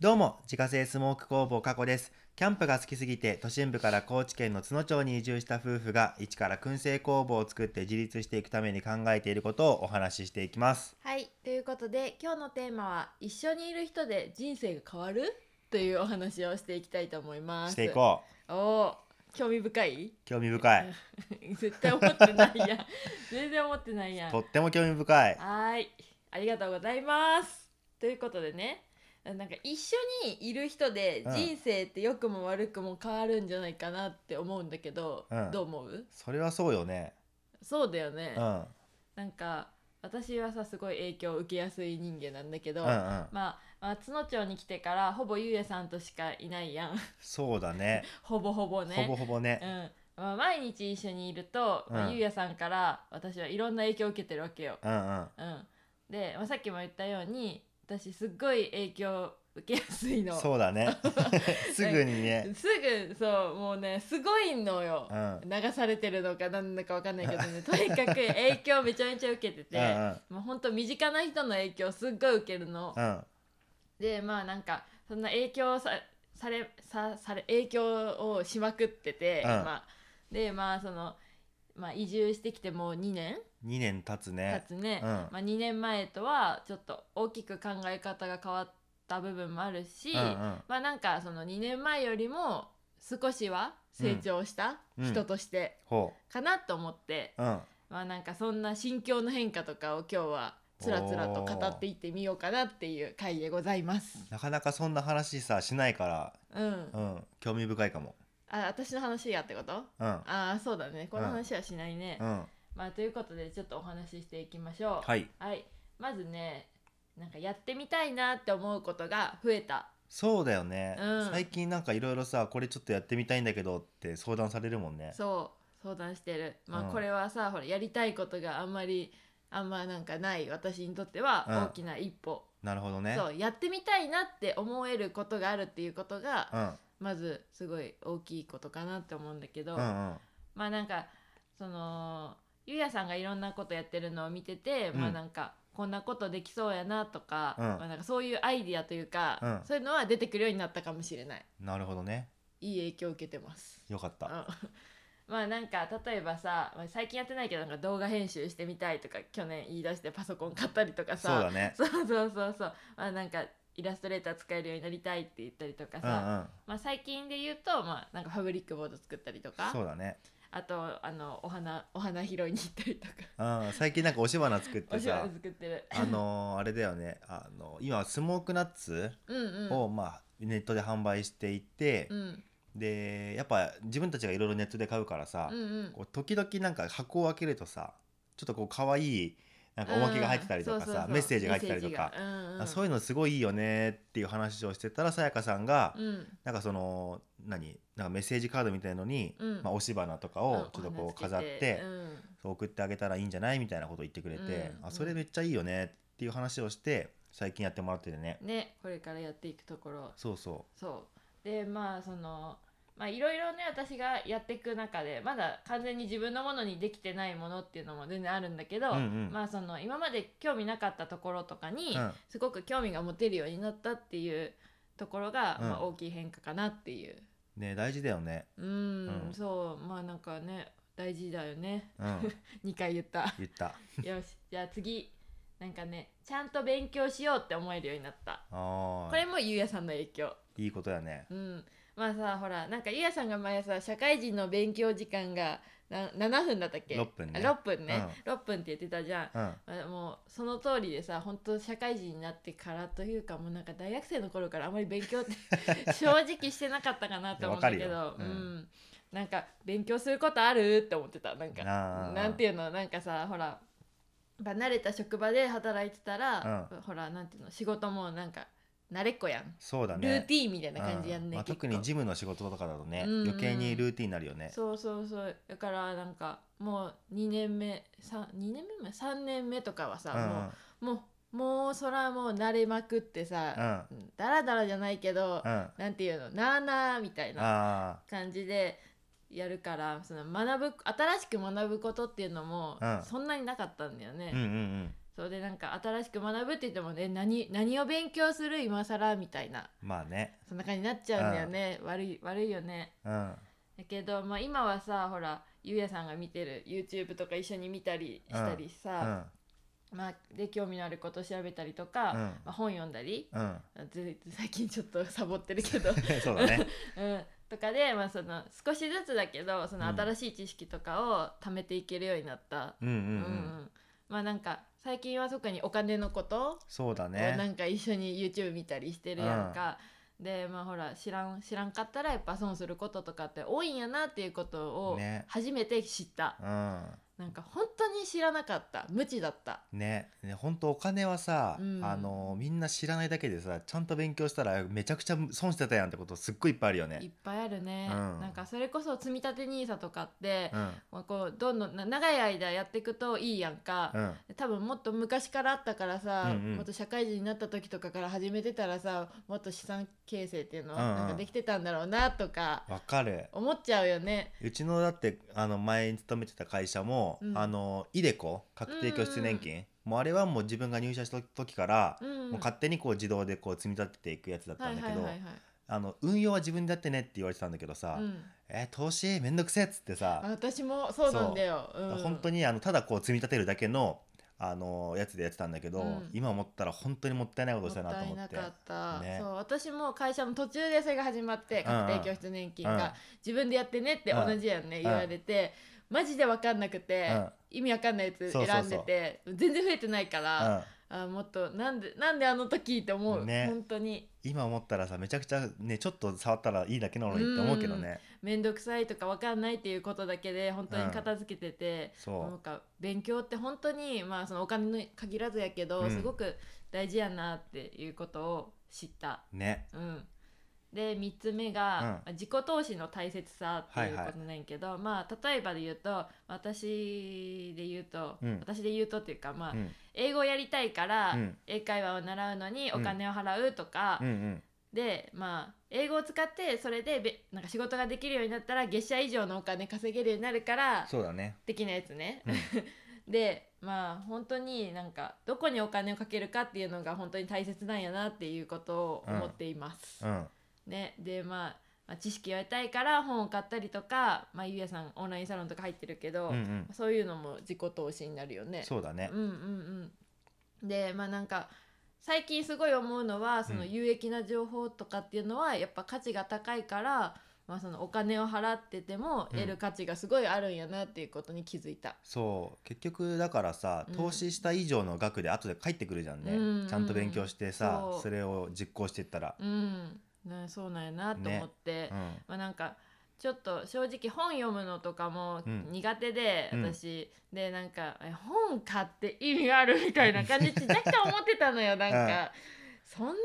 どうも、自家製スモーク工房加古です。キャンプが好きすぎて、都心部から高知県の津野町に移住した夫婦が、一から燻製工房を作って自立していくために考えていることをお話ししていきます。はい、ということで今日のテーマは一緒にいる人で人生が変わるというお話をしていきたいと思います。していこう。う。おー興味深い？ 興味深い。絶対思ってないやん。 全然思ってないやん。とはっても興味深い。ーい、ありがとうございます。ということでね、なんか一緒にいる人でうん人生って良くも悪くも変わるんじゃないかなって思うんだけど、うんどう思う？それはそうよね。そうだよね。うん。うんなんか私はさすごい影響を受けやすい人間なんだけど。うん。まあ、松野町に来てからほぼゆうやさんとしかいないやん そうだね。ほぼほぼねほぼほぼうね。んまあ、毎日一緒にいると、うんまあゆうやさんから私はいろんな影響を受けてるわけよ、うんうん。うん、で、まあ、さっきも言ったように私すっごい影響を受けやすいのそうだ ね。すぐにね。すぐそうもうねすごいのよう、ん。うん流されてるのか何だか分かんないけどね とにかく影響めちゃめちゃ受けてうて、んまあ、ほんと身近な人の影響すっごい受けるの、うん。でまあなんかそんな影響さされさされ影響をしまくってて、うんまあ、でまあその、まあ、移住してきてもう2年2年経つ経ね。つね、うんまあ、2年前とはちょっと大きく考え方が変わった部分もあるし、うんうん。まあなんかその2年前よりも少しは成長したうん人としてほかなと思って、う。うん。まあなんかそんな心境の変化とかを今日はつらつらと語っていってみようかなっていう回でございます。なかなかそんな話さしないからうんうん、興味深いかも。あ私の話やってことうん、ああそうだねこの話はしないね、うん、まあということでちょっとお話ししていきましょうはい。はい、まずねなんかやってみたいなって思うことが増えたそうだよね。うん最近なんかいろいろさ、これちょっとやってみたいんだけどって相談されるもんね。そう相談してるまうんあこれはさ、ほらやりたいことがあんまりあんまなんかない私にとってうんは大きな一歩、なるほどね。そうやってみたいなって思えることがあるっていうことが、うん、まずすごい大きいことかなって思うんだけど、うん、うん、まあなんかそのゆうやさんがいろんなことやってるのを見てて、うんまあなんかこんなことできそうやなとか,、うんまあ、なんかそういうアイディアというか、うんそういうのは出てくるようになったかもしれないなるほどね。いい影響を受けてます。よかっうた。んまあなん か例えばさまあ最近やってないけどなんか動画編集してみたいとか去年言い出してパソコン買ったりとかそうださね。そうそうそうそうまあなんかイラストレーター使えるようになりたいって言ったりとうん、かうさ、ん、まあ最近で言うとまあなんかファブリックボード作ったりとかそうだね。あとあのお花お花拾いに行ったりとか うん、最近なんかおしばな作っおて芝さ居。作ってる あのー、あれだよね。あの今スモークナッツうんうんを、まあネットで販売していてう、んで、やっぱ自分たちがいろいろネットで買うからさ。うんうんこう時々なんか箱を開けるとさちょっとこう可愛いなんかおまけが入ってたりとかさ、メッセージが入ってたりとか、あそういいうのすごいいいよねっていう話をしてたらさやかさんが、うんうんなんかその何なんかメッセージカードみたいのに、うんまあ、押し花とかうんをちょっとこう飾って,、うんそう送ってあげたらいいんじゃないみたいなことを言ってくれて、うんあそれめっちゃいいよねっていう話をして最近やってもらっててね、ねこれからやっていくところそうそそうでまあそのまあいろいろね私がやっていく中でまだ完全に自分のものにできてないものっていうのも全然あるんだけど、うんうんまあその今まで興味なかったところとかう、に、うん、すごく興味が持てるようになったっていうところが、うんまあ、大きい変化かなっていうね大事だよね、うんうんそうまあなんかね大事だよねうん、 2回言っ た言っ たよしじゃあ次なんかねちゃんと勉強しようって思えるようになったあこれーもゆうやさんの影響いいことだねうんまあさほらなんかゆうやさんが前さ社会人の勉強時間がな7分だったっけ六分ねあ6分ね、6分って言ってたじゃんうんまあ、もうその通りでさ本当社会人になってからというかもうなんか大学生の頃からあまり勉強って 正直してなかったかなと思うんだけいやわど、かるうようんん、なんか勉強することあるって思ってたなんかなあなんていうのなんかさほら離れた職場で働いてたら、ほらなんていうの仕事もなんか慣れっこやん、そうだルねーティーンみたいな感じやんね、うんまあ、結特構にジムの仕事とかだとね、うんうん余計にルーティンになるよねそうそうそうだからなんかもう2年目3 2年目3年目とかはさ、うんもうもうもうそらもう慣れまくってさ、あダラダラじゃないけど、うんうんなんていうのなあなあみたいなあ感じでやるからその学ぶ新しく学ぶことっていうのもうんそんなになかったんだよね、ーうんうんそうでなんか新しく学ぶって言ってもね何何を勉強する今更みたいなまあねそんな感じになっちゃうんだよね悪い悪いよねうんだけど、まあ、今はさほらゆうやさんが見てる YouTube とか一緒に見たりしたりうさ、んまあ、で興味のあること調べたりとか、うんまあ、本読んだりうん あず最近ちょっとサボってるけど、うそうだねん、とかで、まあ、その少しずつだけどそのうん新しい知識とかを貯めていけるようになった、うんうんううんんまあなんか最近は特にお金のことそうだをねなんか一緒に YouTube 見たりしてるやんか、でまあほら知らん知らんかったらやっぱ損することとかって多いんやなっていうことをね初めて知った、うなんか本当に知らなかった無知だったんねね本当お金はさ、うんあのみんな知らないだけでさちゃんと勉強したらめちゃくちゃ損してたやんってことすっごいいっぱいあるよいっね。ぱいあるね、うんなんかそれこそ積み立て NISA とかって、うんまあこうどんどんな長い間やっていくといいやんか、うん多分もっと昔からあったからさ、うんうんもっと社会人になった時とかから始めてたらさもっと資産形成っていうのはうんうんなんかできてたんだろうなとかわかる思っちゃうよね。うちのだってあの前に勤めてた会社も、うんあのイデコ確定拠出年金、もうあれはもう自分が入社した時から、うん、もう勝手にこう自動でこう積み立てていくやつだったんだけど、はいはいはいはいあの運用は自分でやってねって言われてたんだけどさ、うんえー投資めんどくせえっつってあさ、私もそうなんだよ。うん、本当にあのただこう積み立てるだけのあのやつでやってたんだけど、うん今思ったら本当にもったいないことしたなと思もっったていなかった、ねそう私も会社の途中でそれが始まってうんうん確定拠出年金が、うん自分でやってねってうん同じやんね、ん言われてマジで分かんなくて、うん意味分かんないやつそうそうそ選うんでて全然増えてないから、あもっとなんでなんであの時って思う、ね本当にうん、今思ったらさめちゃくちゃねちょっと触ったらいいだけなのにって思うけどね、面倒くさいとか分かんないっていうことだけで本当に片付けてて、なんそか勉強って本当にまあそのお金に限らずやけど、うんすごく大事やなっていうことを知った。うねうん、で3つ目が、自己投資の大切さっていうことなんやけど、まあ例えばで言うと私で言うと、うん私で言うとっていうかまあ、うん英語やりたいから、うん英会話を習うのにお金を払うとか、うんうんでまあ英語を使ってそれでべなんか仕事ができるようになったら月謝以上のお金稼げるようになるからそうだね。的なやつね。うん でまあ本当になんかどこにお金をかけるかっていうのが本当に大切なんやなっていうことを思っています。うん。ね、で、まあ、まあ知識を得たいから本を買ったりとか、まあ、ゆうやさんオンラインサロンとか入ってるけど、うんうん。そういうのも自己投資になるよね。そうだね。うんうんうん、でまあなんか最近すごい思うのはそのうん有益な情報とかっていうのはやっぱ価値が高いから、まあ、そのお金を払っててもうん得る価値がすごいあるんやなっていうことに気づいた。そう結局だからさうん投資した以上の額で後で返ってくるじゃんね、うんちゃんと勉強してさそうそれを実行していったら、うん、ね、そうなんやなと思って、うんまあ、なんかちょっと正直本読むのとかもうん苦手で、うん私でなんかえ本買って意味あるみたいな 感じって若干思ってたのよなんか、そんなっ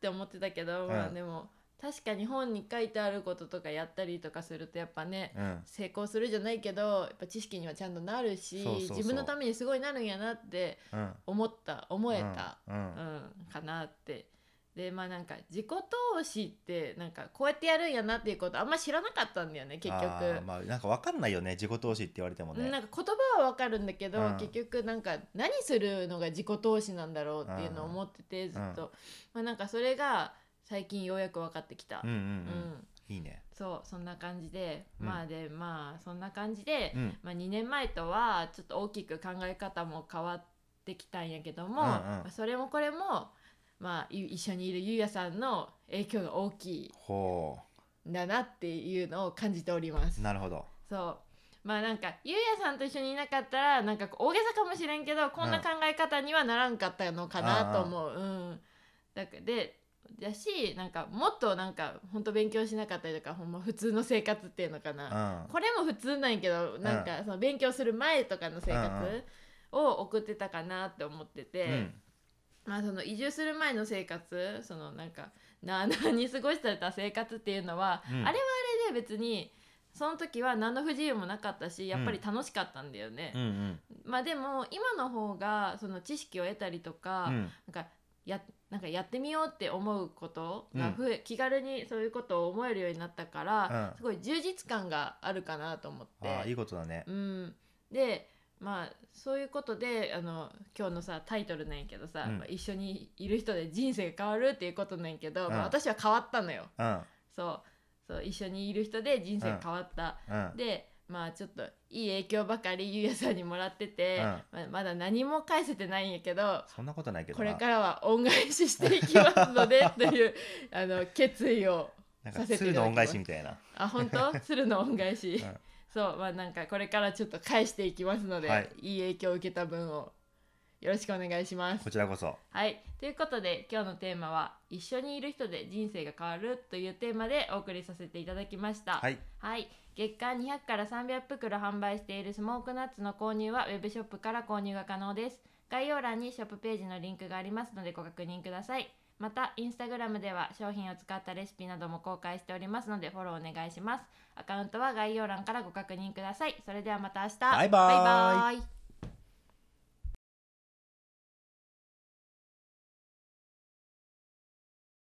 て思ってたけど、まうあ、んでも確かに本に書いてあることとかやったりとかするとやっぱねうん成功するじゃないけどやっぱ知識にはちゃんとなるしそうそうそう自分のためにすごいなるんやなってうん、思った思えた。うんうんうん、かなってでまあなんか自己投資ってなんかこうやってやるんやなっていうことあんま知らなかったんだよね結局、あーまあなんかわかんないよね自己投資って言われてもねなんか言葉はわかるんだけど、うん結局なんか何するのが自己投資なんだろうっていうのを思っててずっと、まあなんかそれが最近ようやく分かってきた、うんうんうんうんいいねそうそんな感じで、うんまあでまあそんな感じで、うんまあ、2年前とはちょっと大きく考え方も変わってきたんやけども、うんうんまあそれもこれも、まあ、い一緒にいるゆうやさんの影響が大きいほんだなっていうのを感じておりますう。なるほどそうまあなんかゆうやさんと一緒にいなかったらなんかこう大げさかもしれんけどこんな考え方にはならんかったのかなと思う。うん、だからでだしなんかもっとなんか本当勉強しなかったりとかほんま普通の生活っていうのかなう、んこれも普通なんやけどなんかその勉強する前とかの生活を送ってたかなって思ってて、うんまあその移住する前の生活そのなんかなあなあに過ごしてた生活っていうのは、うんあれはあれで別にその時は何の不自由もなかったしやっぱり楽しかったんだよねう。んうんまあでも今の方がその知識を得たりとか、うんなんかやなんかやってみようって思うことが増え、気軽にそういうことを思えるようになったから、うんすごい充実感があるかなと思って。あーいいことだねうん、でまあそういうことであの今日のさタイトルなんやけどさ、うんまあ一緒にいる人で人生が変わるっていうことなんやけど、まうんあ、私は変わったのようんそうそう一緒にいる人で人生が変わった、うんでまあちょっといい影響ばかりゆうやさんにもらってて、うんまあまだ何も返せてないんやけどそんなことないけどこれなからは恩返ししていきますのでというあの決意をなんさかせて鶴いただきますの恩返しみたいなあ本当 鶴の恩返し、うんそうまあなんかこれからちょっと返していきますので、はいい、い影響を受けた分をよろしくお願いしますこ。ちらこそはいということで今日のテーマは「一緒にいる人で人生が変わる」というテーマでお送りさせていただきました。はいはい、月間200から300袋販売しているスモークナッツの購入はウェブショップから購入が可能です概要欄にショップページのリンクがありますのでご確認くださいまたインスタグラムでは商品を使ったレシピなども公開しておりますのでフォローお願いしますアカウントは概要欄からご確認くださいそれではまた明日バイバーイイ